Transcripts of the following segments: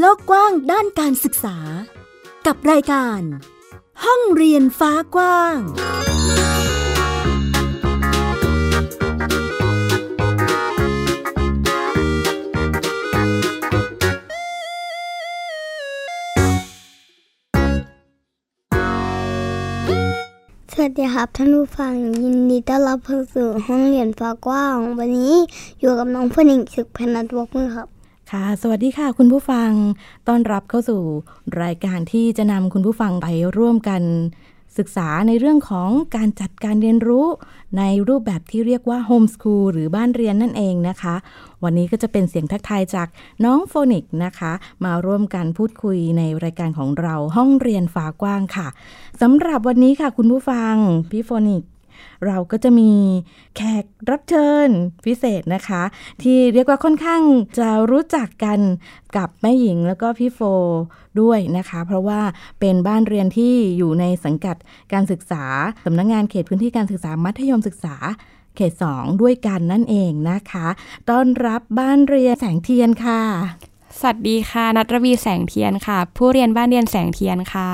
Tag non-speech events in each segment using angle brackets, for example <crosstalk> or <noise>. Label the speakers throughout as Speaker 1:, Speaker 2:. Speaker 1: โลกกว้างด้านการศึกษา กับรายการ ห้องเรียนฟ้ากว้าง
Speaker 2: สวัสดีครับท่านผู้ฟังยินดีต้อนรับเข้าสู่ห้องเรียนฟ้ากว้าง วันนี้อยู่กับน้องผู้หญิงศึกพนัทวกมือครับ
Speaker 3: ค่ะ สวัสดีค่ะ คุณผู้ฟัง ต้อนรับเข้าสู่รายการที่จะนำคุณผู้ฟังไปร่วมกัน ศึกษาในเรื่องของการจัดการเรียนรู้ ในรูปแบบที่เรียกว่าโฮมสคูลหรือบ้านเรียนนั่นเองนะคะ วันนี้ก็จะเป็นเสียงทักทายจากน้องโฟนิกนะคะ มาร่วมกันพูดคุยในรายการของเราห้องเรียนฝากว้างค่ะสำหรับวันนี้ค่ะ คุณผู้ฟังพี่โฟนิก เราก็จะมีแขกรับเชิญพิเศษนะคะ ที่เรียกว่าค่อนข้างจะรู้จักกันกับแม่หญิงแล้วก็พี่โฟด้วยนะคะ เพราะว่าเป็นบ้านเรียนที่อยู่ในสังกัดการศึกษาสำนักงงานเขตพื้นที่การศึกษามัธยมศึกษา เขต 2 ด้วยกันนั่นเองนะคะ ต้อนรับบ้านเรียนแสงเทียนค่ะ
Speaker 4: สวัสดีค่ะ นัทรวีแสงเทียนค่ะ ผู้เรียนบ้านเรียนแสงเทียนค่ะ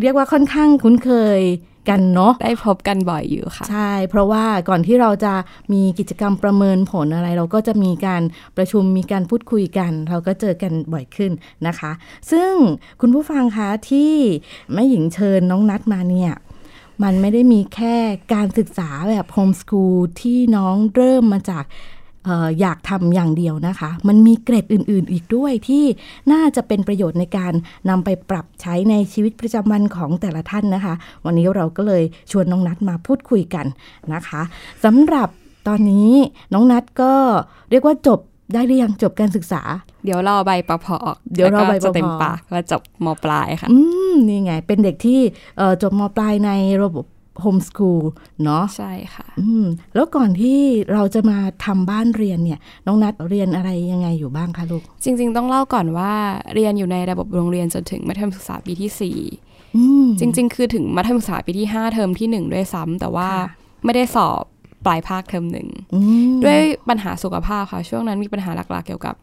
Speaker 3: เรียกว่าค่อนข้างคุ้นเคยกันเนาะ
Speaker 4: ได้พบกันบ่อยอยู่ค่ะ
Speaker 3: ใช่ เพราะว่าก่อนที่เราจะมีกิจกรรมประเมินผลอะไร เราก็จะมีการประชุมมีการพูดคุยกัน เราก็เจอกันบ่อยขึ้นนะคะ ซึ่งคุณผู้ฟังคะที่แม่หญิงเชิญน้องนัดมาเนี่ย มันไม่ได้มีแค่การศึกษาแบบโฮมส o ูลที่น้องเริ่มมาจากเอออยากทำอย่างเดียวนะคะ มันมีเกรดอื่นๆ อีกด้วยที่น่าจะเป็นประโยชน์ในการนำไปปรับใช้ในชีวิตประจำวันของแต่ละท่านนะคะ วันนี้เราก็เลยชวนน้องนัดมาพูดคุยกันนะคะสำหรับตอนนี้น้องนัดก็เรียกว่าจบได้หรือยังจบการศึกษา
Speaker 4: เดี๋ยวรอใบประพอออก
Speaker 3: เดี๋ยวรอใบป
Speaker 4: แล้ว
Speaker 3: พ
Speaker 4: ก็จะเต็มปากว่าจบมปลายค่ะ
Speaker 3: อืมนี่ไง เป็นเด็กที่เอ่อจบมปลายในระบบโฮมส o ูลเนาะ
Speaker 4: ใช่ค่ะ
Speaker 3: อืมแล้วก่อนที่เราจะมาทำบ้านเรียนเนี่ย น้องนัดเรียนอะไรยังไงอยู่บ้างคะลูก
Speaker 4: จริง ๆ ต้องเล่าก่อนว่าเรียนอยู่ในระบบโรงเรียนจนถึงมัธยมศึกษาปีที่
Speaker 3: อืม
Speaker 4: 4 จริง ๆ คือถึงมัธยมศึกษาปีที่ 5 เทอมทีหนึ่1 ด้วยซ้ำแต่ว่า
Speaker 3: ค่ะ
Speaker 4: ไม่ได้สอบปลายภาคเทอมหนึ่ง
Speaker 3: อืม
Speaker 4: ด้วยปัญหาสุขภาพค่ะ ช่วงนั้นมีปัญหาหลักๆ เกี่ยวกับ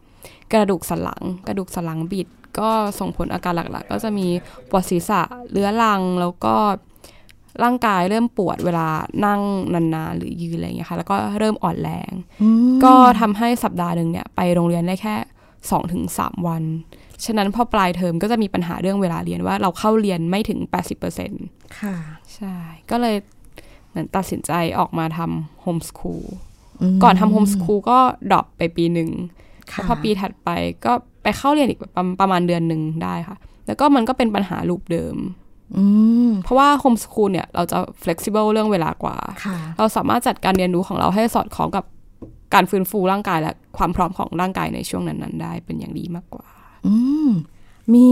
Speaker 4: กระดูกสันหลัง กระดูกสันหลังบิด ก็ส่งผลอาการหลักๆ ก็จะมีปวดศีรษะเรื้อรังแล้วก็ร่างกายเริ่มปวดเวลานั่งนานๆ หรือยืนอะไรอย่างเงี้ยค่ะ แล้วก็เริ่มอ่อนแรง
Speaker 3: อืม
Speaker 4: ก็ทำให้สัปดาห์หนึ่งเนี่ยไปโรงเรียนได้แค่2อถึงสวัน ฉะนั้นพอปลายเทอมก็จะมีปัญหาเรื่องเวลาเรียนว่าเราเข้าเรียนไม่ถึง 80%
Speaker 3: ค่ะ
Speaker 4: ใช่ ก็เลยเหมือนตัดสินใจออกมาทำโฮมสคูล
Speaker 3: ม
Speaker 4: ก่อนทำโฮมสคูลก็ดรอปไปปีหนึ่ง
Speaker 3: ค่ะ
Speaker 4: พอปีถัดไปก็ไปเข้าเรียนอีกประมาณประมาณเดือนหนึ่งได้ค่ะ แล้วก็มันก็เป็นปัญหาลูปเดิม
Speaker 3: อืม
Speaker 4: เพราะว่าโฮมสคูลเนี่ยเราจะ flexible เรื่องเวลากว่า
Speaker 3: ค่ะ
Speaker 4: เราสามารถจัดการเรียนรู้ของเราให้สอดคล้องกับการฟื้นฟูร่างกายและความพร้อมของร่างกายในช่วงนั้นๆ ได้เป็นอย่างดีมากกว่า
Speaker 3: อืมมี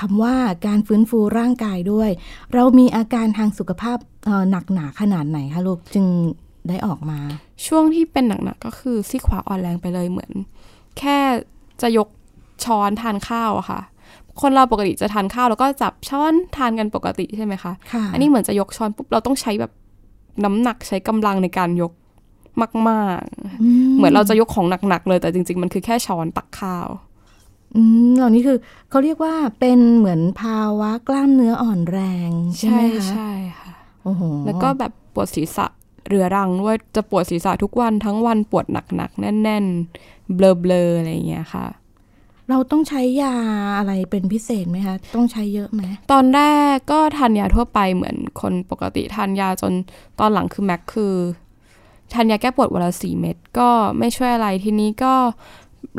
Speaker 3: คำว่าการฟื้นฟูร่างกายด้วย เรามีอาการทางสุขภาพเอ่อหนักหนาขนาดไหนคะลูกจึงได้ออกมา
Speaker 4: ช่วงที่เป็นหนักๆก็คือซี่ขวาอ่อนแรงไปเลยเหมือน แค่จะยกช้อนทานข้าวอะค่ะ คนเราปกติจะทานข้าวแล้วก็จับช้อนทานกันปกติใช่ไหมคะ
Speaker 3: ค่ะ
Speaker 4: อันนี้เหมือนจะยกช้อนปุ๊บเราต้องใช้แบบน้ำหนักใช้กำลังในการยกมากๆ เหมือนเราจะยกของหนักๆเลยแต่จริง ๆ มันคือแค่ช้อนตักข้าว
Speaker 3: อืมเหล่านี้คือเขาเรียกว่าเป็นเหมือนภาวะกล้ามเนื้ออ่อนแรงใช่ไหมคะ
Speaker 4: ใช่ค่ะ
Speaker 3: โอ้โห
Speaker 4: แล้วก็แบบปวดศีรษะเรือรังด้วยจะปวดศีรษะทุกวันทั้งวันปวดหนักๆแน่น ๆ เบลอๆอะไรอย่างเงี้ยค่ะ
Speaker 3: เราต้องใช้ยาอะไรเป็นพิเศษไหมคะ ต้องใช้เยอะไหม
Speaker 4: ตอนแรกก็ทานยาทั่วไปเหมือนคนปกติทานยาจนตอนหลังคือแม็กคือทานยาแก้ปวดวันละสี่เม็ดก็ไม่ช่วยอะไรทีนี้ก็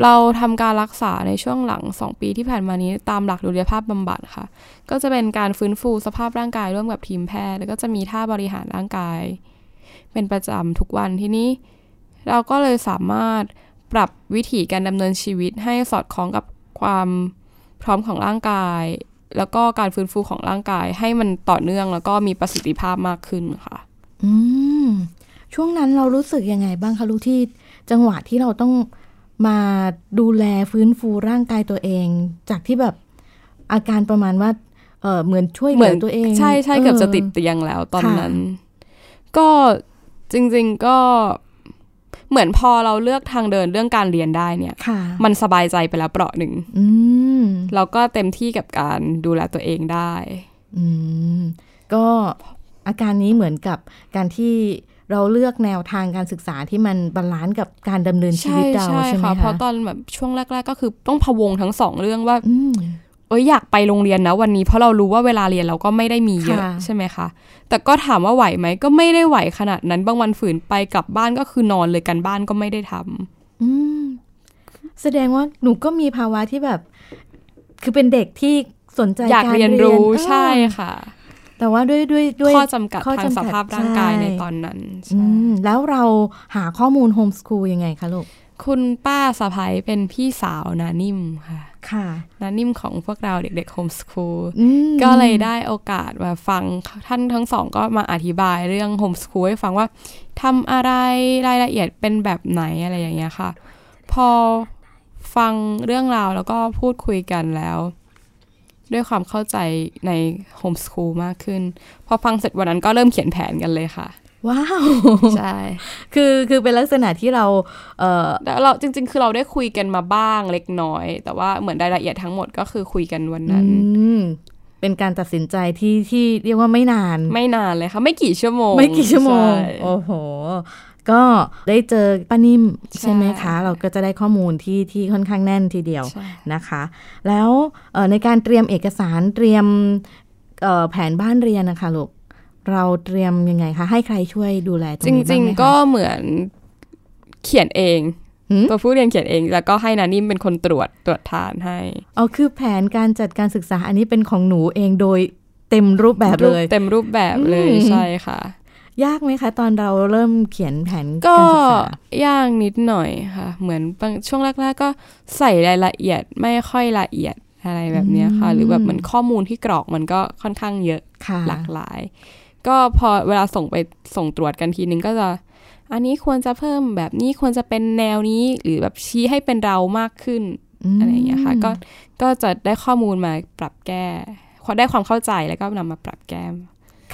Speaker 4: เราทำการรักษาในช่วงหลัง 2 ปีที่ผ่านมานี้ตามหลักดุลยภาพบำบัดค่ะ ก็จะเป็นการฟื้นฟูสภาพร่างกายร่วมกับทีมแพทย์ แล้วก็จะมีท่าบริหารร่างกาย เป็นประจำทุกวันทีนี้ เราก็เลยสามารถปรับวิถีการดำเนินชีวิตให้สอดคล้องกับความพร้อมของร่างกาย แล้วก็การฟื้นฟูของร่างกายให้มันต่อเนื่องแล้วก็มีประสิทธิภาพมากขึ้นค่ะ
Speaker 3: อืม ช่วงนั้นเรารู้สึกยังไงบ้างคะลูกที่จังหวะที่เราต้องมาดูแลฟื้นฟูร่างกายตัวเอง จากที่แบบอาการประมาณว่าเออเหมือนช่วยเหลือตัวเอง
Speaker 4: ใช่ใช่เกือบจะติด
Speaker 3: เอ
Speaker 4: เตียงแล้วตอน
Speaker 3: ค่ะ
Speaker 4: นั้น ก็จริง ๆก็ เหมือนพอเราเลือกทางเดินเรื่องการเรียนได้เนี่ย
Speaker 3: ค่ะ
Speaker 4: มันสบายใจไปแล้วเปราะหนึ่ง
Speaker 3: อืม
Speaker 4: เราก็เต็มที่กับการดูแลตัวเองได้
Speaker 3: อืม ก็อาการนี้เหมือนกับการที่เราเลือกแนวทางการศึกษาที่มันบาลานซ์กับการดำเนินชี
Speaker 4: ใช่
Speaker 3: วิตเรา
Speaker 4: ใช่
Speaker 3: ใช่ไหม
Speaker 4: ค่ะ เพ
Speaker 3: คะ
Speaker 4: ราะตอนแบบช่วงแรก ๆ ก็คือต้องพะวงทั้งสองเรื่องว่า
Speaker 3: อืม
Speaker 4: เอ้ยอยากไปโรงเรียนนะวันนี้เพราะเรารู้ว่าเวลาเรียนเราก็ไม่ได้มีเยอะ
Speaker 3: ค่ะ
Speaker 4: ใช่ไหมคะแต่ก็ถามว่าไหวไหมก็ไม่ได้ไหวขนาดนั้นบางวันฝืนไปกลับบ้านก็คือนอนเลยกันบ้านก็ไม่ได้ทำ
Speaker 3: อืม แสดงว่าหนูก็มีภาวะที่แบบ คือเป็นเด็กที่สนใจ
Speaker 4: อยากเรียนรู้
Speaker 3: เออ
Speaker 4: ใช่ค่ะ
Speaker 3: แต่ว่าด้วยด้วยด้วย
Speaker 4: ข้อจำกัด
Speaker 3: ข้อ
Speaker 4: ทาง
Speaker 3: จำกั
Speaker 4: ส
Speaker 3: ด
Speaker 4: ภาพร่างกาย
Speaker 3: ใช่
Speaker 4: ในตอนนั้น
Speaker 3: อื
Speaker 4: ใช่
Speaker 3: มแล้วเราหาข้อมูลโฮมส o ูลยังไงคะลูก
Speaker 4: คุณป้าสะพ้ยเป็นพี่สาวนานิ่มค่ะ
Speaker 3: ค่ะ
Speaker 4: นานิ่มของพวกเราเด็กๆโฮมสคูล
Speaker 3: อืม
Speaker 4: ก็เลยได้โอกาสมาฟังท่านทั้งสองก็มาอธิบายเรื่องโฮมส o ูลให้ฟังว่าทำอะไรรายละเอียดเป็นแบบไหนอะไรอย่างเงี้ยค่ะ พอฟังเรื่องราวแล้วก็พูดคุยกันแล้ว ด้วยความเข้าใจในโฮมส o ูลมากขึ้น พอฟังเสร็จวันนั้นก็เริ่มเขียนแผนกันเลยค่ะ
Speaker 3: ว้าว
Speaker 4: ใช่
Speaker 3: <laughs> คือคือเป็นลักษณะที่เราเอ่อ
Speaker 4: แล้วเราจริง ๆ คือเราได้คุยกันมาบ้างเล็กน้อย แต่ว่าเหมือนรายละเอียดทั้งหมดก็คือคุยกันวัน
Speaker 3: อื
Speaker 4: นั้น
Speaker 3: มเป็นการตัดสินใจที่ที่เรียกว่าไม่นาน
Speaker 4: ไม่นานเลยค่ะ ไม่กี่ชั่วโมง
Speaker 3: ไม่กี่ชั่วโมง
Speaker 4: ใช่
Speaker 3: โอ้โห ก็ได้เจอป้านิ่ม
Speaker 4: ใช่
Speaker 3: ใช่ไหมคะ เราก็จะได้ข้อมูลที่ที่ค่อนข้างแน่นทีเดียว
Speaker 4: ใช่
Speaker 3: นะคะ แล้วเอ่อในการเตรียมเอกสารเตรียมเอ่อแผนบ้านเรียนนะคะลูกเราเตรียมยังไงคะ ให้ใครช่วยดูแลตร
Speaker 4: จ
Speaker 3: งนี้
Speaker 4: ริ
Speaker 3: บ้าง งไหมคะ
Speaker 4: ๆ ก็เหมือนเขียนเอง
Speaker 3: หืม
Speaker 4: ตัวผู้เรียนเขียนเอง แล้วก็ให้นานิ่มเป็นคนตรวจตรวจทานให้
Speaker 3: อ๋อคือแผนการจัดการศึกษาอันนี้เป็นของหนูเองโดยเต็มรูปแบบเลย
Speaker 4: รูปเต็มรูปแบบเลย
Speaker 3: อืม
Speaker 4: ใช่ค่ะ
Speaker 3: ยากไหมคะ ตอนเราเริ่มเขียนแผน
Speaker 4: ก็
Speaker 3: การศึกษา
Speaker 4: ย่างนิดหน่อยค่ะ เหมือนบางช่วงแรกๆก็ใส่รายละเอียดไม่ค่อยละเอียดอะไรแบบเนี้ยค่ะ
Speaker 3: อืม
Speaker 4: หรือแบบมันข้อมูลที่กรอกมันก็ค่อนข้างเยอะ
Speaker 3: ค่ะ
Speaker 4: หลากหลาย ก็พอเวลาส่งไปส่งตรวจกันทีนึงก็จะ อันนี้ควรจะเพิ่มแบบนี้ควรจะเป็นแนวนี้หรือแบบชี้ให้เป็นเรามากขึ้น อะไรอย่างเงี้ยค่ะก็ก็จะได้ข้อมูลมาปรับแก้ได้ความเข้าใจแล้วก็นำมาปรับแก้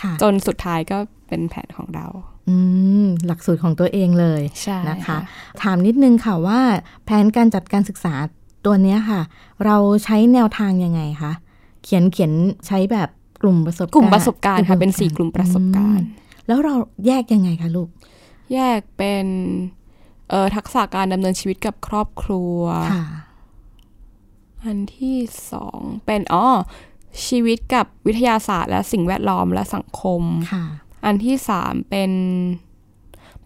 Speaker 3: ค่ะ
Speaker 4: จนสุดท้ายก็เป็นแผนของเรา
Speaker 3: อืมหลักสูตรของตัวเองเลย
Speaker 4: ใช่
Speaker 3: นะคะ ถามนิดนึงค่ะว่า แผนการจัดการศึกษาตัวเนี้ยค่ะ เราใช้แนวทางยังไงคะ เขียนเขียนใช้แบบกลุ่มประสบ
Speaker 4: กลุ่มประสบการณ์ค่ะเป็นสี่
Speaker 3: ก
Speaker 4: กลุ่มประสบการณ์
Speaker 3: แล้วเราแยกยังไงคะลูก
Speaker 4: แยกเป็นเอ่อทักษะการดำเนินชีวิตกับครอบครัว
Speaker 3: ค่ะ
Speaker 4: อันที่สองเป็นอ๋อชีวิตกับวิทยาศาสตร์ และสิ่งแวดล้อมและสังคม
Speaker 3: ค่ะ
Speaker 4: อันที่สามเป็น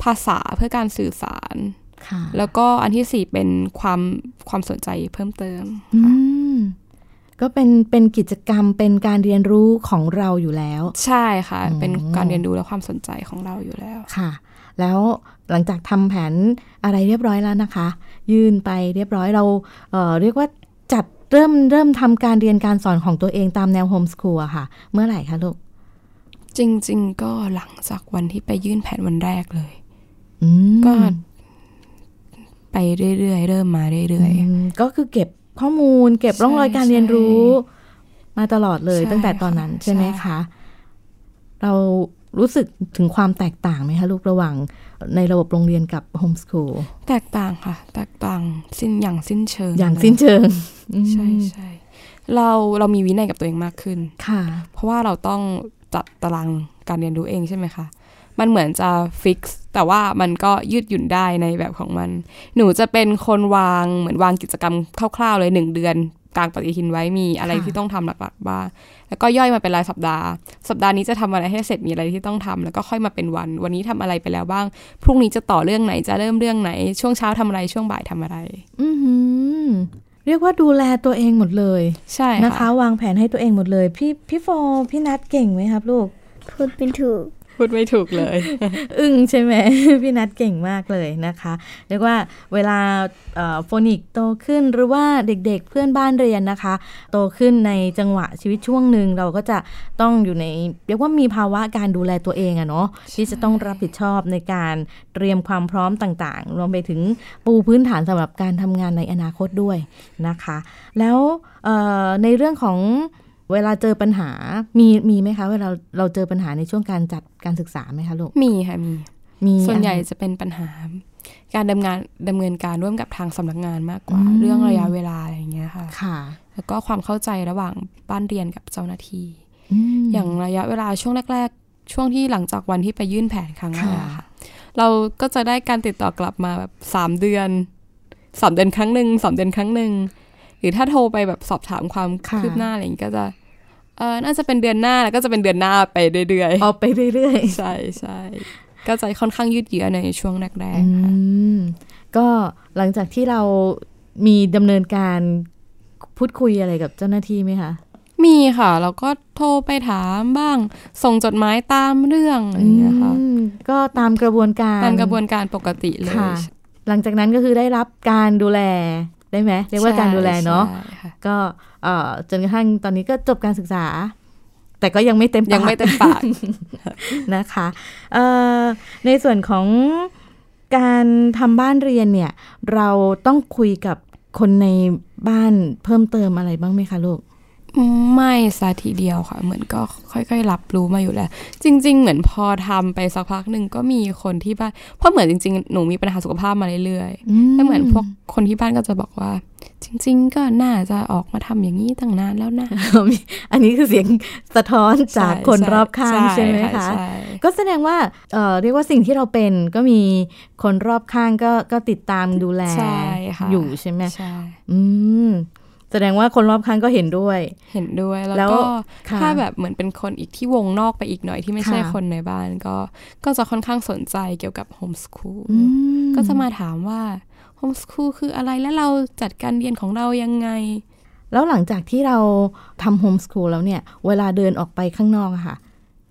Speaker 4: ภาษาเพื่อการสื่อสาร
Speaker 3: ค่ะ
Speaker 4: แล้วก็อันที่สี่เป็นความความสนใจเพิ่มเติม
Speaker 3: อืม ก็เป็นเป็นกิจกรรมเป็นการเรียนรู้ของเราอยู่แล้ว
Speaker 4: ใช่ค่ะ
Speaker 3: อืม
Speaker 4: เป็นการเรียนรู้และความสนใจของเราอยู่แล้ว
Speaker 3: ค่ะ แล้วหลังจากทำแผนอะไรเรียบร้อยแล้วนะคะ ยื่นไปเรียบร้อยเราเอ่อเรียกว่าจัดเริ่มเริ่มทำการเรียนการสอนของตัวเองตามแนวโฮมสคูลอะค่ะ เมื่อไหร่คะลูก
Speaker 4: จริง ๆ ก็หลังจากวันที่ไปยื่นแผนวันแรกเลย
Speaker 3: อืม
Speaker 4: ก็ ไปเรื่อยๆ เริ่มมาเรื่อย
Speaker 3: อืมก็คือเก็บข้อมูล เก็บร่องรอยการเรียนรู้ มาตลอดเลย
Speaker 4: ใช่
Speaker 3: ตั้งแต่ตอนนั้น
Speaker 4: ค่ะ
Speaker 3: ใช่ไหม
Speaker 4: ใช่
Speaker 3: คะ เรารู้สึกถึงความแตกต่างไหมคะลูกระหว่างในระบบโรงเรียนกับโฮมสคูล
Speaker 4: ๆ แตกต่างค่ะ แตกต่างสิ้นอย่างสิ้นเชิง
Speaker 3: อย่าง
Speaker 4: เลย
Speaker 3: สิ้นเชิง
Speaker 4: ใช่ใช่เราเรามีวินัยกับตัวเองมากขึ้น
Speaker 3: ค่ะ
Speaker 4: เพราะว่าเราต้องจัดตารางการเรียนรู้เองใช่ไหมคะ มันเหมือนจะฟิกซ์แต่ว่ามันก็ยืดหยุ่นได้ในแบบของมัน หนูจะเป็นคนวางเหมือนวางกิจกรรมคร่าวๆเลยหนึ่งเดือนกลางปฏิทินไว้มีอะไร
Speaker 3: ค่ะ
Speaker 4: ที่ต้องทำหลักๆบ้าง แล้วก็ย่อยมาเป็นรายสัปดาห์ สัปดาห์นี้จะทำอะไรให้เสร็จมีอะไรที่ต้องทำแล้วก็ค่อยมาเป็นวัน วันนี้ทำอะไรไปแล้วบ้าง พรุ่งนี้จะต่อเรื่องไหนจะเริ่มเรื่องไหน ช่วงเช้าทำอะไรช่วงบ่ายทำอะไร
Speaker 3: อือหือเรียกว่าดูแลตัวเองหมดเลย
Speaker 4: ใช่
Speaker 3: นะคะ วางแผนให้ตัวเองหมดเลย พี่พี่โฟพี่นัดเก่งไหมครับลูก
Speaker 2: พูดเป็นถูก
Speaker 4: พูดไม่ถูกเลย
Speaker 3: <laughs> อึ้งใช่ไหม พี่นัดเก่งมากเลยนะคะ เรียกว่าเวลาเอ่อโฟนิกโตขึ้นหรือว่าเด็กๆเพื่อนบ้านเรียนนะคะ โตขึ้นในจังหวะชีวิตช่วงหนึ่งเราก็จะต้องอยู่ใน เรียกว่ามีภาวะการดูแลตัวเองอะเนาะที่จะต้องรับผิดชอบในการเตรียมความพร้อมต่างๆ รวมไปถึงปูพื้นฐานสำหรับการทำงานในอนาคตด้วยนะคะ แล้วเอ่อในเรื่องของเวลาเจอปัญหามีมีไหมคะเวลาเราเจอปัญหาในช่วงการจัดการศึกษาไหมคะลูก
Speaker 4: มีค่ะมี
Speaker 3: มี
Speaker 4: ส่วน
Speaker 3: อะไร
Speaker 4: ใหญ่จะเป็นปัญหา การดำเนินงานดำเนินการร่วมกับทางสำนักงานมากกว่า
Speaker 3: อืม
Speaker 4: เรื่องระยะเวลาอะไรอย่างเงี้ยค่ะ
Speaker 3: ค่ะ
Speaker 4: แล้วก็ความเข้าใจระหว่างบ้านเรียนกับเจ้าหน้าที่
Speaker 3: ม
Speaker 4: อย่างระยะเวลาช่วงแรก ๆ ช่วงที่หลังจากวันที่ไปยื่นแผนครั้งแรกอะ
Speaker 3: ค่ะ
Speaker 4: ค่ะ เราก็จะได้การติดต่อกลับมาแบบสามเดือนสามเดือนครั้งหนึ่งสามเดือนครั้งหนึ่งหรือถ้าโทรไปแบบสอบถามความคืบหน้าอะไรอย่างนี้ก็จะเออน่าจะเป็นเดือนหน้าแล้วก็จะเป็นเดือนหน้าไปเรื่อย
Speaker 3: ออกไปเรื่อยๆ
Speaker 4: ๆ ใช่ใช่ก็จะค่อนข้างยืดเยื้อในช่วงแรก
Speaker 3: อื
Speaker 4: ๆค่ะ
Speaker 3: มก็หลังจากที่เรามีดำเนินการพูดคุยอะไรกับเจ้าหน้าที่ไหมคะ
Speaker 4: มีค่ะ เราก็โทรไปถามบ้าง ส่งจดหมายตามเรื่องอะไรอย่างเงี้ยค่ะ
Speaker 3: อืมก็ตามกระบวนการ
Speaker 4: ตามกระบวนการปกติเลย
Speaker 3: ค่ะ หลังจากนั้นก็คือได้รับการดูแลได้ไหมเรียกว่าการดูแลเนาะ
Speaker 4: ใช่ค่ะ
Speaker 3: ก็เอ่อจนกระทั่งตอนนี้ก็จบการศึกษา แต่ก็ยังไม่เต็ม
Speaker 4: ยัง
Speaker 3: ปาก
Speaker 4: ไม่เต็มปาก
Speaker 3: นะคะเอ่อในส่วนของการทำบ้านเรียนเนี่ย เราต้องคุยกับคนในบ้านเพิ่มเติมอะไรบ้างไหมคะลูก
Speaker 4: ไม่ซะทีเดียวค่ะ เหมือนก็ค่อยๆ รับรู้มาอยู่แล้ว จริง ๆ เหมือนพอทำไปสักพักหนึ่งก็มีคนที่บ้านเพราะเหมือนจริงๆ หนูมีปัญหาสุขภาพมาเรื่อยๆแล้วเหมือนพวกคนที่บ้านก็จะบอกว่า จริง ๆ ก็น่าจะออกมาทำอย่างนี้ตั้งนานแล้วนะ
Speaker 3: มีอันนี้คือเสียงสะท้อนจากคนรอบข้างใช่ไหมคะ
Speaker 4: ใช่
Speaker 3: ก็แสดงว่าเอ่อเรียกว่าสิ่งที่เราเป็นก็มีคนรอบข้างก็ก็ติดตามดูแล
Speaker 4: ใช่ค่ะ
Speaker 3: อยู่ใช่ไหม
Speaker 4: ใช่
Speaker 3: อืมแสดงว่าคนรอบข้างก็เห็นด้วย
Speaker 4: เห็นด้วยแล้ว
Speaker 3: แล้ว
Speaker 4: ก็
Speaker 3: ค่ะ
Speaker 4: ถ้าแบบเหมือนเป็นคนอีกที่วงนอกไปอีกหน่อยที่ไม่ใช่
Speaker 3: ค่ะ
Speaker 4: คนในบ้านก็ก็จะค่อนข้างสนใจเกี่ยวกับโฮมสคูล
Speaker 3: อืม
Speaker 4: ก็จะมาถามว่าโฮมส o ูลคืออะไรและเราจัดการเรียนของเรายังไง
Speaker 3: แล้วหลังจากที่เราทำโฮมส o ูลแล้วเนี่ย เวลาเดินออกไปข้างนอกอะค่ะ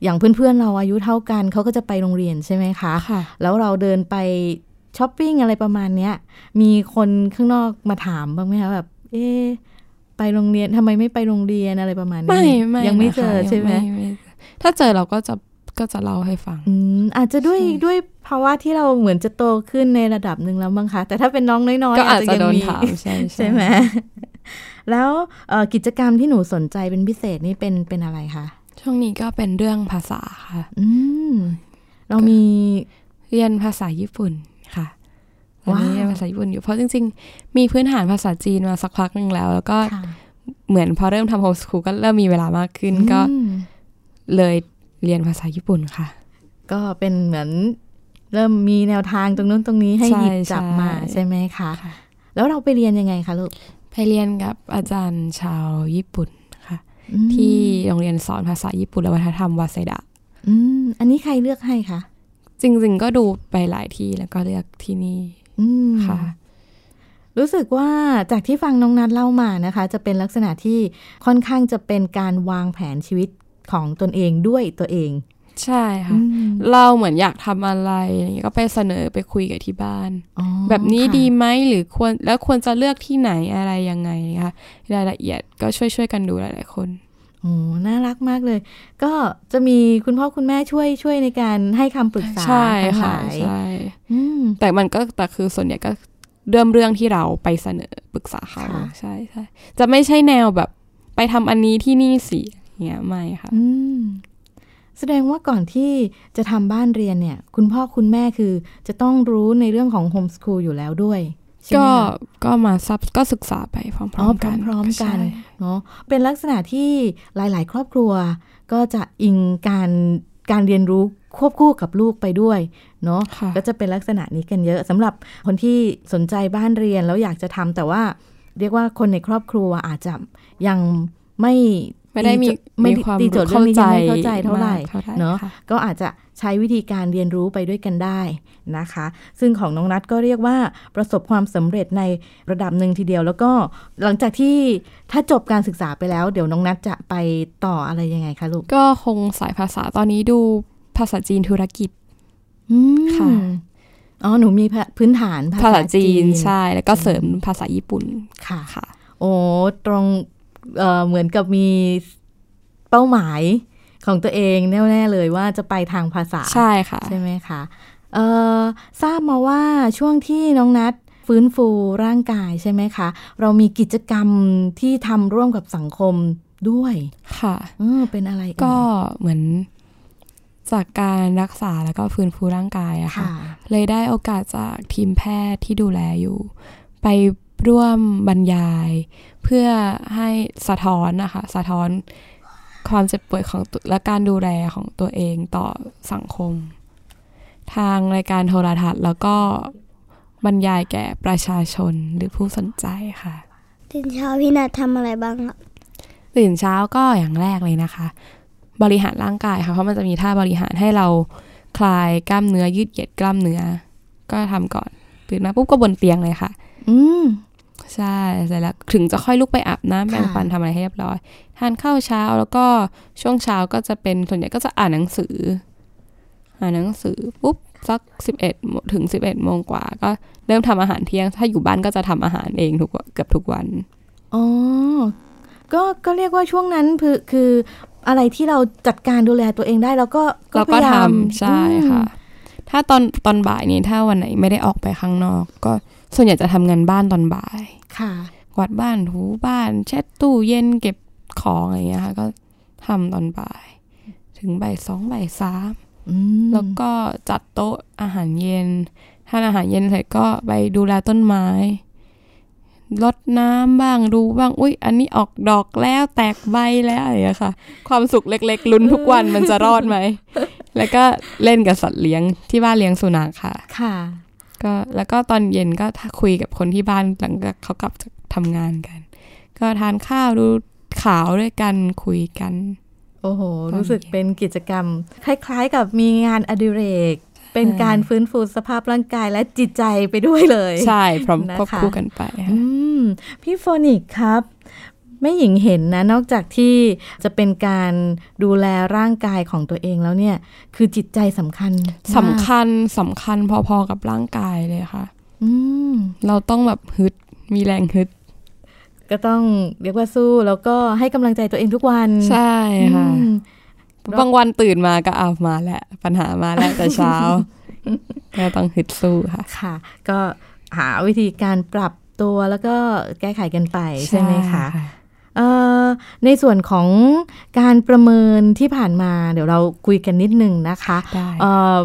Speaker 3: อย่างเพื่อนๆเราอายุเท่ากันเขาก็จะไปโรงเรียนใช่ไหมคะ
Speaker 4: ค่ะ
Speaker 3: แล้วเราเดินไปช้อปปิ้งอะไรประมาณเนี้ย มีคนข้างนอกมาถามบ้างไหมคะแบบ เอ๊ะไปโรงเรียนทำไมไม่ไปโรงเรียนอะไรประมาณนี้
Speaker 4: ไม่ไม่
Speaker 3: ยังไม่
Speaker 4: นะคะ
Speaker 3: เจอใช่ไหม
Speaker 4: ยังไม่ถ้าเจอเราก็จะก็จะเล่าให้ฟัง
Speaker 3: อืมอาจจะด้วยด้วยภาวะที่เราเหมือนจะโตขึ้นในระดับหนึ่งแล้วบ้างคะ แต่ถ้าเป็นน้องน้อยๆ
Speaker 4: ก็อาจจะ
Speaker 3: ยัง
Speaker 4: โดน
Speaker 3: มี
Speaker 4: ถามใช่
Speaker 3: ใช่ไหม แล้วเอ่อกิจกรรมที่หนูสนใจเป็นพิเศษนี่เป็นเป็นอะไรคะ
Speaker 4: ช่วงนี้ก็เป็นเรื่องภาษาค่ะ
Speaker 3: อืม เรามี
Speaker 4: เรียนภาษาญี่ปุ่นค่ะตอนนี้เรียนภาษาญี่ปุ่นอยู่เพราะจริง ๆ มีพื้นฐานภาษาจีนมาสักพักหนึ่งแล้ว แล้วก็
Speaker 3: ค่ะ
Speaker 4: เหมือนพอเริ่มทำโฮมส o ูลก็เริ่มมีเวลามากขึ้นก็
Speaker 3: อืม
Speaker 4: เลยเรียนภาษาญี่ปุ่นค่ะ
Speaker 3: ก็เป็นเหมือน เริ่มมีแนวทางตรงนู้นตรงนี้ให้
Speaker 4: ใช่
Speaker 3: หยิบจับ
Speaker 4: ใช่
Speaker 3: มาใช่ไหมคะ
Speaker 4: ค่ะ
Speaker 3: แล้วเราไปเรียนยังไงคะลูก
Speaker 4: ไปเรียนกับอาจารย์ชาวญี่ปุ่นค่ะ ที่โรงเรียนสอนภาษาญี่ปุ่นและวัฒนธรรมวาเซดะ
Speaker 3: อืมอันนี้ใครเลือกให้คะ
Speaker 4: จริงๆ ก็ดูไปหลายที่แล้วก็เลือกที่นี่
Speaker 3: อืม
Speaker 4: ค่ะ
Speaker 3: รู้สึกว่าจากที่ฟังน้องนัดเล่ามานะคะ จะเป็นลักษณะที่ค่อนข้างจะเป็นการวางแผนชีวิตของตนเองด้วยตัวเอง
Speaker 4: ใช่ค่ะ
Speaker 3: อืม
Speaker 4: เราเหมือนอยากทำอะไรอะไรอย่างเงี้ยก็ไปเสนอไปคุยกับที่บ้าน
Speaker 3: อ๋อ
Speaker 4: แบบนี้
Speaker 3: ค่ะ
Speaker 4: ดีไหมหรือควรแล้วควรจะเลือกที่ไหนอะไรยังไงนะคะรายละเอียดก็ช่วยช่วยๆกันดูหลายๆคน
Speaker 3: โอ้น่ารักมากเลย ก็จะมีคุณพ่อคุณแม่ช่วยช่วยในการให้คำปรึกษา
Speaker 4: ใช่
Speaker 3: ทั้งห
Speaker 4: ค่ะ
Speaker 3: ลาย
Speaker 4: ใช่
Speaker 3: อืม
Speaker 4: แต่มันก็แต่คือส่วนใหญ่ก็เริ่มเรื่องที่เราไปเสนอปรึกษาเขา
Speaker 3: ค่ะ
Speaker 4: ใช่ใช่จะไม่ใช่แนวแบบไปทำอันนี้ที่นี่สิอย่างเงี้ยไม่ค่ะ
Speaker 3: อืม แสดงว่าก่อนที่จะทำบ้านเรียนเนี่ย คุณพ่อคุณแม่คือจะต้องรู้ในเรื่องของโฮมส o ูลอยู่แล้วด้วยใช่ไหม
Speaker 4: ก็
Speaker 3: คะ
Speaker 4: ก็มาซับก็ศึกษาไปพร้อ
Speaker 3: อ๋อ
Speaker 4: มๆกัน
Speaker 3: พร้อมๆกัน
Speaker 4: ใช่
Speaker 3: เนาะเป็นลักษณะที่หลาย ๆ ครอบครัว ก็จะอิงการการเรียนรู้ควบคู่กับลูกไปด้วยเนาะ
Speaker 4: ค่ะ
Speaker 3: ก็จะเป็นลักษณะนี้กันเยอะสำหรับคนที่สนใจบ้านเรียนแล้วอยากจะทำแต่ว่า เรียกว่าคนในครอบครัวอาจจะยังไม่
Speaker 4: ไม่ได้มี
Speaker 3: ตีโจทย์ไม่
Speaker 4: ความ
Speaker 3: ตีโจทย์เรื่องนี้ยังไม่เข้าใจเท่าไหร่
Speaker 4: มกท่
Speaker 3: เนอะ
Speaker 4: ค่
Speaker 3: ก็อาจจะใช้วิธีการเรียนรู้ไปด้วยกันได้นะคะ ซึ่งของน้องนัดก็เรียกว่าประสบความสำเร็จในระดับหนึ่งทีเดียว แล้วก็หลังจากที่ถ้าจบการศึกษาไปแล้ว เดี๋ยวน้องนัดจะไปต่ออะไรยังไงคะลูก
Speaker 4: ก็คงสายภาษาตอนนี้ดูภาษาจีนธุรกิจ
Speaker 3: อืม
Speaker 4: ค่ะ
Speaker 3: อ๋อหนูมีพื้นฐานภา
Speaker 4: ภาษา
Speaker 3: ษา
Speaker 4: จี
Speaker 3: จี
Speaker 4: น
Speaker 3: น
Speaker 4: ใช่แล้วก็เสริมภาษาญี่ปุ่น
Speaker 3: ค่ะ
Speaker 4: ค่ะ
Speaker 3: โอ้ตรงเอ่อเหมือนกับมีเป้าหมายของตัวเองแน่ๆเลยว่าจะไปทางภาษา
Speaker 4: ใช่ค่ะ
Speaker 3: ใช่ไหมคะเอ่อทราบมาว่าช่วงที่น้องนัดฟื้นฟูร่างกายใช่ไหมคะ เรามีกิจกรรมที่ทำร่วมกับสังคมด้วย
Speaker 4: ค่ะ
Speaker 3: เออเป็นอะไรเอ่ย
Speaker 4: ก็เหมือน จากการรักษาแล้วก็ฟื้นฟูร่างกายอะค่ะ
Speaker 3: ค่ะ
Speaker 4: เลยได้โอกาสจากทีมแพทย์ที่ดูแลอยู่ ไปร่วมบรรยาย เพื่อให้สะท้อนนะคะสะท้อนความเจ็บป่วยของตัวและการดูแลของตัวเองต่อสังคม ทางรายการโทรทัศน์แล้วก็บรรยายแก่ประชาชนหรือผู้สนใจค่ะ
Speaker 2: ตื่นเช้าพี่นัดทำอะไรบ้างครับ
Speaker 4: ตื่นเช้าก็อย่างแรกเลยนะคะ บริหารร่างกายค่ะเพราะมันจะมีท่าบริหารให้เราคลายกล้ามเนื้อยืดเหยียดกล้ามเนื้อ ก็ทำก่อนตื่นมาปุ๊บก็บนเตียงเลยค่ะ
Speaker 3: อืม
Speaker 4: ใช่เสร็จแล้วถึงจะค่อยลุกไปอาบน้ำ
Speaker 3: ค่ะ
Speaker 4: แปรงฟันทำอะไรให้เรียบร้อย ทานข้าวเช้าแล้วก็ช่วงเช้าก็จะเป็นส่วนใหญ่ก็จะอ่านหนังสือ อ่านหนังสือปุ๊บสักสิบเอ็ดถึงสิบเอ็ดโมงกว่า ก็เริ่มทำอาหารเที่ยง ถ้าอยู่บ้านก็จะทำอาหารเองทุกวันเกือบทุกวัน
Speaker 3: อ๋อ ก็ก็เรียกว่าช่วงนั้นคือคืออะไรที่เราจัดการดูแลตัวเองได้เราก็
Speaker 4: เรา
Speaker 3: พ
Speaker 4: ก็
Speaker 3: ยย
Speaker 4: ทำ
Speaker 3: ม
Speaker 4: ใช่ค่ะ
Speaker 3: อืม
Speaker 4: ถ้าตอนตอนบ่ายนี้ถ้าวันไหนไม่ได้ออกไปข้างนอก ก็ส่วนใหญ่จะทำงานบ้านตอนบ่าย
Speaker 3: ค่ะ
Speaker 4: กวาดบ้านถูบ้าน เช็ดตู้เย็นเก็บของอะไรอย่างเงี้ยค่ะก็ทำตอนบ่าย ถึงบ่ายสองบ่ายสาม
Speaker 3: อืม
Speaker 4: แล้วก็จัดโต๊ะอาหารเย็นทานอาหารเย็นเสร็จก็ไปดูแลต้นไม้รดน้ำบ้างดูบ้าง อุ๊ย อันนี้ออกดอกแล้วแตกใบแล้วอะไรอย่างเงี้ยค่ะ ความสุขเล็กๆลุ้นทุกวันมันจะรอด
Speaker 3: <laughs>
Speaker 4: ไหม แล้วก็เล่นกับสัตว์เลี้ยงที่บ้านเลี้ยงสุนัขค่ะ
Speaker 3: ค่ะ
Speaker 4: ก็แล้วก็ตอนเย็นก็คุยกับคนที่บ้านหลังจากเขากลับจากทำงานกัน ก็ทานข้าวดูข่าวด้วยกันคุยกัน
Speaker 3: โอ้โห
Speaker 4: ตอน
Speaker 3: รู้สึก
Speaker 4: เย็น
Speaker 3: เป็นกิจกรรม คล้ายๆกับมีงานอดิเรก เป็นการฟื้นฟูสภาพร่างกายและจิตใจไปด้วยเลย
Speaker 4: ใช่พร้อม
Speaker 3: นะคะ
Speaker 4: ควบคู่กันไปค่ะ
Speaker 3: อืม พี่โฟนิกครับ ไม่หญิงเห็นนะ นอกจากที่จะเป็นการดูแลร่างกายของตัวเองแล้วเนี่ย คือจิตใจสำคัญมาก
Speaker 4: สำคัญสำคัญพอๆกับร่างกายเลยค่ะ
Speaker 3: อืม
Speaker 4: เราต้องแบบฮึดมีแรงฮึด
Speaker 3: ก็ต้องเรียกว่าสู้แล้วก็ให้กำลังใจตัวเองทุกวัน
Speaker 4: ใช่ค่ะ
Speaker 3: อืม
Speaker 4: บางวันตื่นมาก็อาวมาแหละปัญหามาแล้วแต่
Speaker 3: <laughs>
Speaker 4: เช้าก็ต้องฮึดสู้ค่ะ
Speaker 3: ค่ะ ก็หาวิธีการปรับตัวแล้วก็แก้ไขกันไปใช่ไหมคะเอ่อในส่วนของการประเมินที่ผ่านมาเดี๋ยวเราคุยกันนิดนึงนะคะ
Speaker 4: ได้
Speaker 3: เอ่อ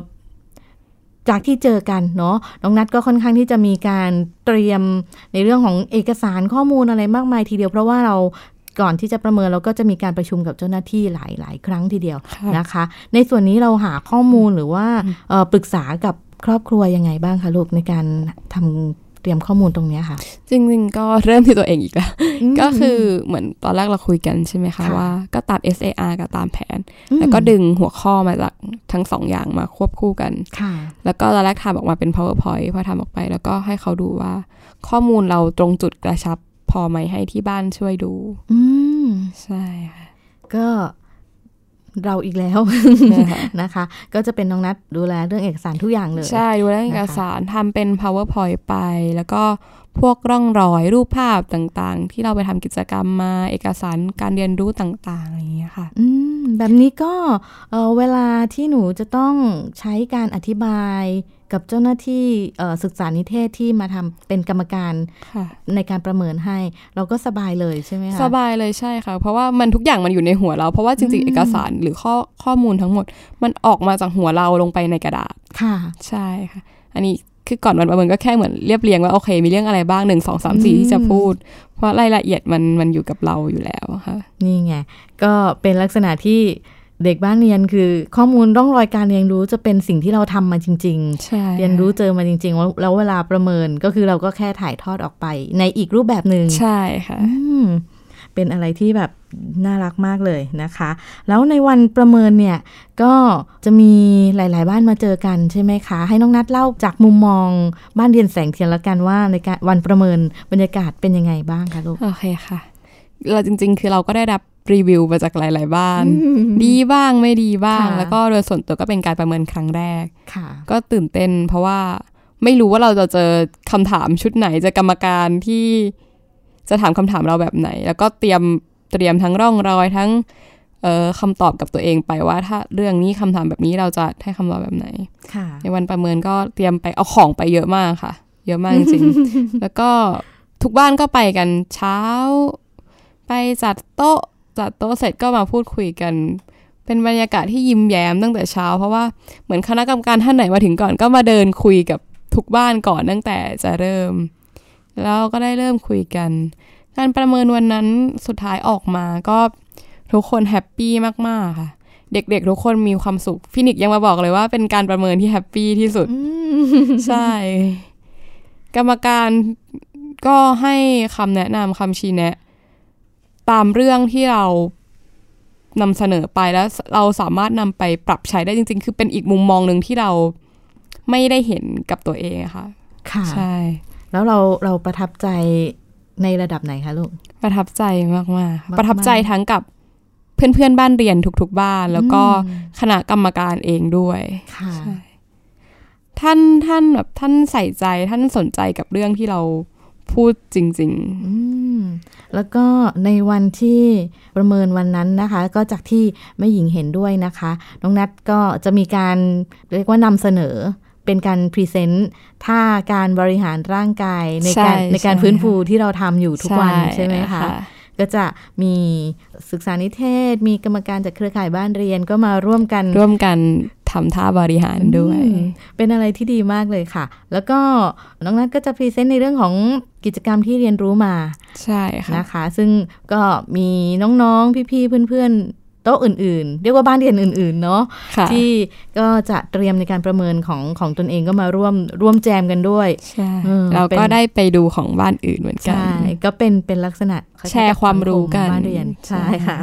Speaker 3: จากที่เจอกันเนาะน้องนัทก็ค่อนข้างที่จะมีการเตรียมในเรื่องของเอกสารข้อมูลอะไรมากมายทีเดียว เพราะว่าเราก่อนที่จะประเมินเราก็จะมีการประชุมกับเจ้าหน้าที่หลายหลายครั้งทีเดียว
Speaker 4: ค่ะ
Speaker 3: นะคะในส่วนนี้เราหาข้อมูลหรือว่าเอ่อปรึกษากับครอบครัวยังไงบ้างคะลูกในการทำเตรียมข้อมูลตรงเนี้ยค่ะ
Speaker 4: จริงๆ ก็เริ่มที่ตัวเองอีกแล้ว
Speaker 3: อืม
Speaker 4: ก็คือเหมือนตอนแรกเราคุยกันใช่ไหมคะ
Speaker 3: ค่ะ
Speaker 4: ว่าก็ตาม SAR กับตามแผน
Speaker 3: อืม
Speaker 4: แล้วก็ดึงหัวข้อมาจากทั้งสองอย่างมาควบคู่กัน
Speaker 3: ค่ะ
Speaker 4: แล้วก็ตอนแรกทำออกมาเป็น powerpoint พอทำออกไป แล้วก็ให้เขาดูว่า ข้อมูลเราตรงจุดกระชับ พอไหมให้ที่บ้านช่วยดู
Speaker 3: อืม
Speaker 4: ใช่ค่ะ
Speaker 3: ก็เราอีกแล้ว <laughs>
Speaker 4: นะคะ
Speaker 3: นะคะ ก็จะเป็นน้องนัดดูแลเรื่องเอกสารทุกอย่างเลย
Speaker 4: ใช่ดูแล้วเอกสารทำเป็น powerpoint ไป แล้วก็พวกร่องรอยรูปภาพต่างๆ ที่เราไปทำกิจกรรมมาเอกสารการเรียนรู้ต่างๆอะไรอย่างเงี้ยค่ะ
Speaker 3: อืมแบบนี้ก็เอ่อเวลาที่หนูจะต้องใช้การอธิบายกับเจ้าหน้าที่เอ่อศึกษานิเทศที่มาทำเป็นกรรมการ
Speaker 4: ค่ะ
Speaker 3: ในการประเมินให้ เราก็สบายเลยใช่ไหมคะ
Speaker 4: สบายเลยใช่ค่ะ เพราะว่ามันทุกอย่างมันอยู่ในหัวเรา เพราะว่าจริงๆ เอกสารหรือข้อข้อมูลทั้งหมด มันออกมาจากหัวเราลงไปในกระดาษ
Speaker 3: ค่ะ
Speaker 4: ใช่ค่ะ อันนี้คือก่อนวันประเมินก็แค่เหมือนเรียบเรียงว่าโอเค มีเรื่องอะไรบ้างหนึ่งสองสามสี่
Speaker 3: อืม
Speaker 4: ที่จะพูด เพราะรายละเอียดมันมันอยู่กับเราอยู่แล้วค่ะ
Speaker 3: นี่ไง ก็เป็นลักษณะที่เด็กบ้านเรียนคือ ข้อมูลร่องรอยการเรียนรู้จะเป็นสิ่งที่เราทำมาจริง
Speaker 4: ใช่
Speaker 3: ๆ เรียนรู้เจอมาจริงๆแล้วแล้วเวลาประเมินก็คือเราก็แค่ถ่ายทอดออกไป ในอีกรูปแบบหนึ่ง
Speaker 4: ใช่ค่ะ
Speaker 3: อืมเป็นอะไรที่แบบน่ารักมากเลยนะคะ แล้วในวันประเมินเนี่ยก็จะมีหลาย ๆ บ้านมาเจอกันใช่ไหมคะ ให้น้องนัดเล่าจากมุมมองบ้านเรียนแสงเทียนละกันว่าในการวันประเมินบรรยากาศเป็นยังไงบ้างคะลูก
Speaker 4: โอเคค่ะ เราจริง ๆ คือเราก็ได้รับรีวิวมาจากหลาย ๆ บ้าน ดีบ้างไม่ดีบ้าง
Speaker 3: ค่ะ
Speaker 4: แล้วก็โดยส่วนตัวก็เป็นการประเมินครั้งแรก
Speaker 3: ค่ะ
Speaker 4: ก็ตื่นเต้นเพราะว่าไม่รู้ว่าเราจะเจอคำถามชุดไหนจะกรรมการที่จะถามคำถามเราแบบไหน แล้วก็เตรียมเตรียมทั้งร่องรอยทั้งเอ่อคำตอบกับตัวเองไปว่าถ้าเรื่องนี้คำถามแบบนี้เราจะให้คำตอบแบบไหน
Speaker 3: ค่ะ
Speaker 4: ในวันประเมินก็เตรียมไปเอาของไปเยอะมากค่ะ เยอะมากจริง
Speaker 3: <laughs>
Speaker 4: ๆ แล้วก็ทุกบ้านก็ไปกันเช้า ไปจัดโต๊ะจัดโต๊ะเสร็จก็มาพูดคุยกัน เป็นบรรยากาศที่ยิ้มแย้มตั้งแต่เช้า เพราะว่าเหมือนคณะกรรมการท่านไหนมาถึงก่อนก็มาเดินคุยกับทุกบ้านก่อนตั้งแต่จะเริ่ม แล้วก็ได้เริ่มคุยกัน การประเมินวันนั้นสุดท้ายออกมาก็ทุกคนแฮปปี้มากๆค่ะ เด็กๆทุกคนมีความสุขพี่นิกยังมาบอกเลยว่าเป็นการประเมินที่แฮปปี้ที่สุด ใช่ กรรมการก็ให้คำแนะนำคำชี้แนะ ตามเรื่องที่เรานำเสนอไปแล้วเราสามารถนำไปปรับใช้ได้จริง ๆ คือเป็นอีกมุมมองหนึ่งที่เราไม่ได้เห็นกับตัวเองอะค่ะ
Speaker 3: ค่ะ
Speaker 4: ใช่
Speaker 3: แล้วเราเราประทับใจในระดับไหนคะลูก
Speaker 4: ประทับใจมากๆ
Speaker 3: ๆ
Speaker 4: ประทับใจทั้งกับเพื่อนๆบ้านเรียนทุกๆบ้าน แล้วก็คณะกรรมการเองด้วย
Speaker 3: ค่ะ
Speaker 4: ใช่ท่านท่านแบบท่านใส่ใจท่านสนใจกับเรื่องที่เราพูดจริง
Speaker 3: อืมแล้วก็ในวันที่ประเมินวันนั้นนะคะ ก็จากที่แม่หญิงเห็นด้วยนะคะ น้องนัทก็จะมีการเรียกว่านำเสนอเป็นการพรีเซนต์ท่าการบริหารร่างกายใน
Speaker 4: ใช่
Speaker 3: การในการ
Speaker 4: ใช่
Speaker 3: ฟื้นฟูที่เราทำอยู่
Speaker 4: ๆ
Speaker 3: ทุกวันใช่ไหมคะ ก็จะมีศึกษานิเทศ มีกรรมการจากเครือข่ายบ้านเรียนก็มาร่วมกัน
Speaker 4: ร่วมกันทำท่าบริหารด้วย
Speaker 3: อืมเป็นอะไรที่ดีมากเลยค่ะ แล้วก็น้องนัทก็จะพรีเซนต์ในเรื่องของกิจกรรมที่เรียนรู้มา
Speaker 4: ใช่ค่ะ
Speaker 3: นะคะ ซึ่งก็มีน้องๆ พี่ๆ เพื่อนๆ โต๊ะอื่นๆ เรียกว่าบ้านเรียนอื่นๆ เนาะ
Speaker 4: ค่ะ
Speaker 3: ที่ก็จะเตรียมในการประเมินของของตนเองก็มาร่วมร่วมแจมกันด้วย
Speaker 4: ใช่
Speaker 3: เออ
Speaker 4: เรา
Speaker 3: เป็น
Speaker 4: ก็ได้ไปดูของบ้านอื่นเหมือนกัน
Speaker 3: ใช่ ก็เป็นเป็นลักษณะล้ยๆ
Speaker 4: แชร์ความรู้กัน
Speaker 3: สังคมบ้านเรียน ใช่
Speaker 4: ใช่
Speaker 3: ค่ะ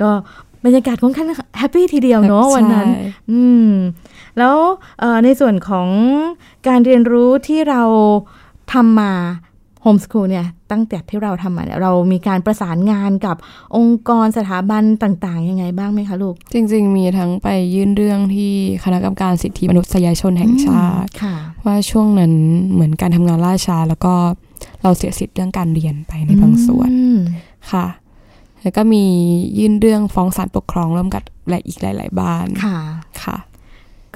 Speaker 3: ก็บรรยากาศค่อนข้างแฮปปี้ทีเดียวเนาะวันนั้น
Speaker 4: ใช่
Speaker 3: อืม แล้วเอ่อในส่วนของการเรียนรู้ที่เราทำมาโฮมส o ูลเนี่ย ตั้งแต่ที่เราทำมาเนี่ยเรามีการประสานงานกับองค์กรสถาบันต่างๆ ยังไงบ้างไหมคะลูก
Speaker 4: จริงๆ มีทั้งไปยื่นเรื่องที่คณะกรรมการสิทธิมนุษยชนแห่งชาติ
Speaker 3: อืมค่ะ
Speaker 4: ว่าช่วงนั้นเหมือนการทำงานล่าช้าแล้วก็เราเสียสิทธิ์เรื่องการเรียนไปในบางส่วน
Speaker 3: อืม
Speaker 4: ค่ะ แล้วก็มียื่นเรื่องฟ้องศาลปกครองร่วมกับและอีกหลาย ๆ บ้าน
Speaker 3: ค่ะ
Speaker 4: ค่ะ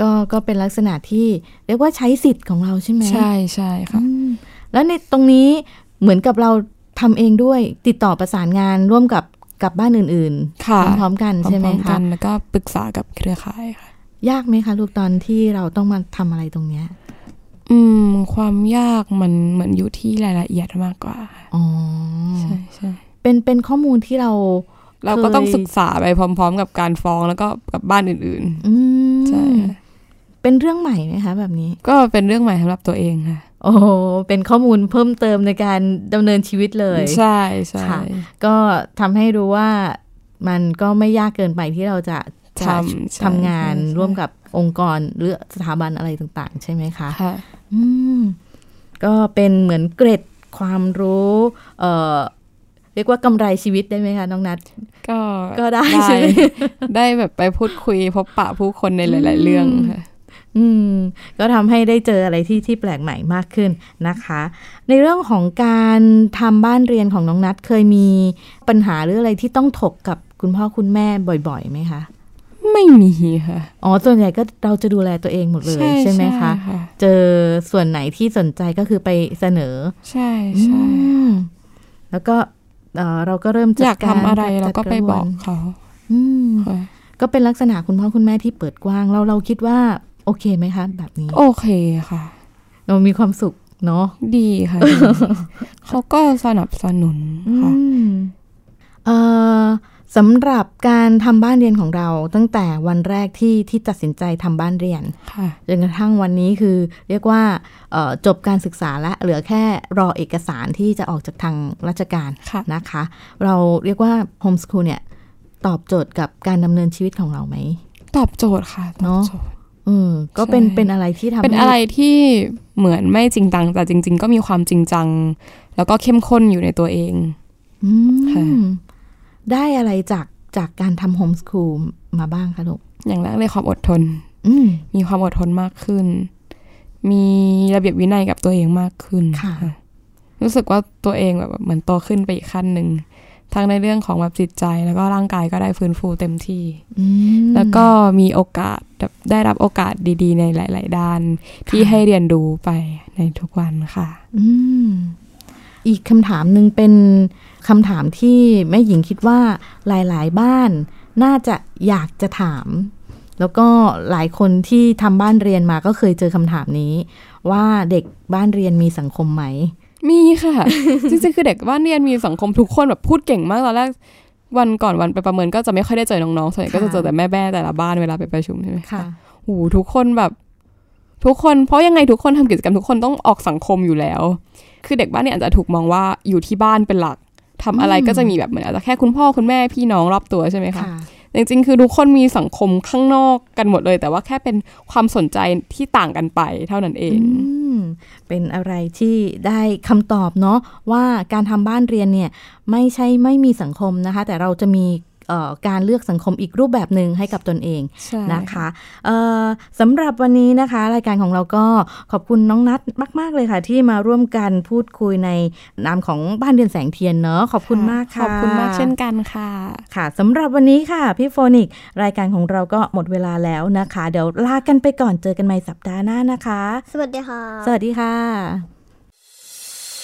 Speaker 3: ก็ก็เป็นลักษณะที่เรียกว่าใช้สิทธิ์ของเราใช่ไหม
Speaker 4: ใช่ใช่ค่ะ
Speaker 3: อืมแล้วในตรงนี้เหมือนกับเราทำเองด้วยติดต่อประสานงานร่วมกับกับบ้านอื่นๆ
Speaker 4: ค่ะ
Speaker 3: พร้อมๆกันใช่ไหม
Speaker 4: พร้อๆ
Speaker 3: คะ
Speaker 4: กันแล้วก็ปรึกษากับเครือข่ายค่ะ
Speaker 3: ยากไหมคะลูกตอนที่เราต้องมาทำอะไรตรงเนี้ย
Speaker 4: อืม ความยากมันเหมือนอยู่ที่รายละเอียดมากกว่าค่ะ
Speaker 3: อ๋อ
Speaker 4: ใช่ใช่
Speaker 3: เป็นเป็นข้อมูลที่เรา
Speaker 4: เราก็ต้อง
Speaker 3: เคย
Speaker 4: ศึกษาไปพร้อม ๆ กับการฟ้องแล้วก็กับบ้านอื่น
Speaker 3: อืม
Speaker 4: ๆ ใช่ค่ะ
Speaker 3: เป็นเรื่องใหม่ไหมคะแบบนี้
Speaker 4: ก็เป็นเรื่องใหม่สำหรับตัวเองค่ะ
Speaker 3: โอ้โหเป็นข้อมูลเพิ่มเติมในการดำเนินชีวิตเลย
Speaker 4: ใช่ใช่
Speaker 3: ค่ะ ก็ทำให้รู้ว่ามันก็ไม่ยากเกินไปที่เราจะจะ
Speaker 4: ทำใช่
Speaker 3: ทำงาน
Speaker 4: ใช่ใช่
Speaker 3: ร่วมกับองค์กรหรือสถาบันอะไรต่างๆ ใช่ไหมคะ
Speaker 4: ค่ะ
Speaker 3: อืมก็เป็นเหมือนเกร็ดความรู้เอ่อเรียกว่ากำไรชีวิตได้ไหมคะน้องนัท
Speaker 4: ก็
Speaker 3: ก็ได้ใช่ไหม
Speaker 4: ได้แบบไปพูดคุยพบปะผู้คนในหลาย ๆ เรื่องค่ะ
Speaker 3: อืมก็ทำให้ได้เจออะไรที่ที่แปลกใหม่มากขึ้นนะคะ ในเรื่องของการทำบ้านเรียนของน้องนัทเคยมีปัญหาหรืออะไรที่ต้องถกกับคุณพ่อคุณแม่บ่อยๆไหมคะ
Speaker 4: ไม่มีค่ะ
Speaker 3: อ๋อส่วนใหญ่ก็เราจะดูแลตัวเองหมดเลยใช่ไหมคะ เจอส่วนไหนที่สนใจก็คือไปเสนอ
Speaker 4: ใช่ใช่
Speaker 3: อืมแล้วก็เอ่อเราก็เริ่มจัด
Speaker 4: อยาก
Speaker 3: การ
Speaker 4: ทำอะไรเราก็ไป
Speaker 3: จัดะวน
Speaker 4: บอกเขา
Speaker 3: อืม
Speaker 4: ค่ะ
Speaker 3: ก็เป็นลักษณะคุณพ่อคุณแม่ที่เปิดกว้างเราเราคิดว่าโอเคไหมคะ แบบนี้
Speaker 4: โอเคค่ะ
Speaker 3: เรามีความสุขเนาะ
Speaker 4: ดีค่ะ
Speaker 3: <laughs>
Speaker 4: ดีเขาก็สนับสนุนค่ะ
Speaker 3: อืมเอ่อสำหรับการทำบ้านเรียนของเรา ตั้งแต่วันแรกที่ที่ตัดสินใจทำบ้านเรียน
Speaker 4: ค่ะ
Speaker 3: จนกระทั่งวันนี้คือ เรียกว่าเอ่อจบการศึกษาและเหลือแค่รอเอกสารที่จะออกจากทางราชการ
Speaker 4: ค่ะ
Speaker 3: นะคะ เราเรียกว่าโฮมส o ูลเนี่ย ตอบโจทย์กับการดำเนินชีวิตของเราไหม
Speaker 4: ตอบโจทย์ค่ะตอบ
Speaker 3: เนาะ
Speaker 4: โจทย์
Speaker 3: อืมก็เป็น
Speaker 4: ใช่
Speaker 3: เป็นอะไรที่ทำ
Speaker 4: เป็น
Speaker 3: ให้
Speaker 4: อะไรที่เหมือนไม่จริงจังแต่จริง ๆ ก็มีความจริงจัง แล้วก็เข้มข้นอยู่ในตัวเอง
Speaker 3: อื
Speaker 4: ค่ะ
Speaker 3: มได้อะไรจากจากการทำโฮมส o ูลมาบ้างคะลูก
Speaker 4: อย่างแรกเลยความอดทน
Speaker 3: อืม
Speaker 4: มีความอดทนมากขึ้น มีระเบียบวินัยกับตัวเองมากขึ้น
Speaker 3: ค่ะ
Speaker 4: รู้สึกว่าตัวเองแบบเหมือนโตขึ้นไปอีกขั้นหนึ่ง ทั้งในเรื่องของแบบจิตใจแล้วก็ร่างกายก็ได้ฟื้นฟูเต็มที่
Speaker 3: อืม
Speaker 4: แล้วก็มีโอกาสแบบได้รับโอกาสดี ๆ ในหลาย ๆ ด้าน ที่ให้เรียนรู้ไปในทุกวันค่ะ
Speaker 3: อืมอีกคำถามหนึ่งเป็นคำถามที่แม่หญิงคิดว่าหลาย ๆ บ้าน น่าจะอยากจะถาม แล้วก็หลายคนที่ทำบ้านเรียนมาก็เคยเจอคำถามนี้ ว่าเด็กบ้านเรียนมีสังคมไหม
Speaker 4: มีค่ะ <laughs> จริงๆคือเด็กบ้านเรียนมีสังคมทุกคนแบบพูดเก่งมากตอนแรกวันก่อนวันไปประเมินก็จะไม่ค่อยได้เจอน้องๆส่วนใหญ่ก็
Speaker 3: ค่ะ
Speaker 4: จะเจอแต่แม่แม่แต่ละบ้านเวลาไปประชุมใช่ไหม
Speaker 3: ค่ะ
Speaker 4: โอ้โหทุกคนแบบทุกคน เพราะยังไงทุกคนทำกิจกรรมทุกคนต้องออกสังคมอยู่แล้ว คือเด็กบ้านเนี่ยอาจจะถูกมองว่าอยู่ที่บ้านเป็นหลักทำอะไร
Speaker 3: อืม
Speaker 4: ก็จะมีแบบเหมือนอาจจะแค่คุณพ่อคุณแม่พี่น้องรอบตัวใช่ไหมคะ
Speaker 3: ค่ะ
Speaker 4: จริงๆ คือทุกคนมีสังคมข้างนอกกันหมดเลย แต่ว่าแค่เป็นความสนใจที่ต่างกันไปเท่านั้นเอง
Speaker 3: อืมเป็นอะไรที่ได้คำตอบเนาะว่าการทำบ้านเรียนเนี่ยไม่ใช่ไม่มีสังคมนะคะ แต่เราจะมีเอ่อการเลือกสังคมอีกรูปแบบหนึ่งให้กับตนเอง
Speaker 4: ใช่
Speaker 3: นะคะเอ่อสำหรับวันนี้นะคะ รายการของเราก็ขอบคุณน้องนัทมาก ๆ เลยค่ะ ที่มาร่วมกันพูดคุยในนามของบ้านเดือนแสงเทียนเนอะขอบคุณมากค่ะ
Speaker 4: ขอบคุณมากเช่นกันค่ะ
Speaker 3: ค่ะสำหรับวันนี้ค่ะ พี่โฟนิกส์รายการของเราก็หมดเวลาแล้วนะคะ เดี๋ยวลากันไปก่อนเจอกันใหม่สัปดาห์หน้านะคะ
Speaker 2: สวัสดีค่ะ
Speaker 3: สวัสดีค่ะ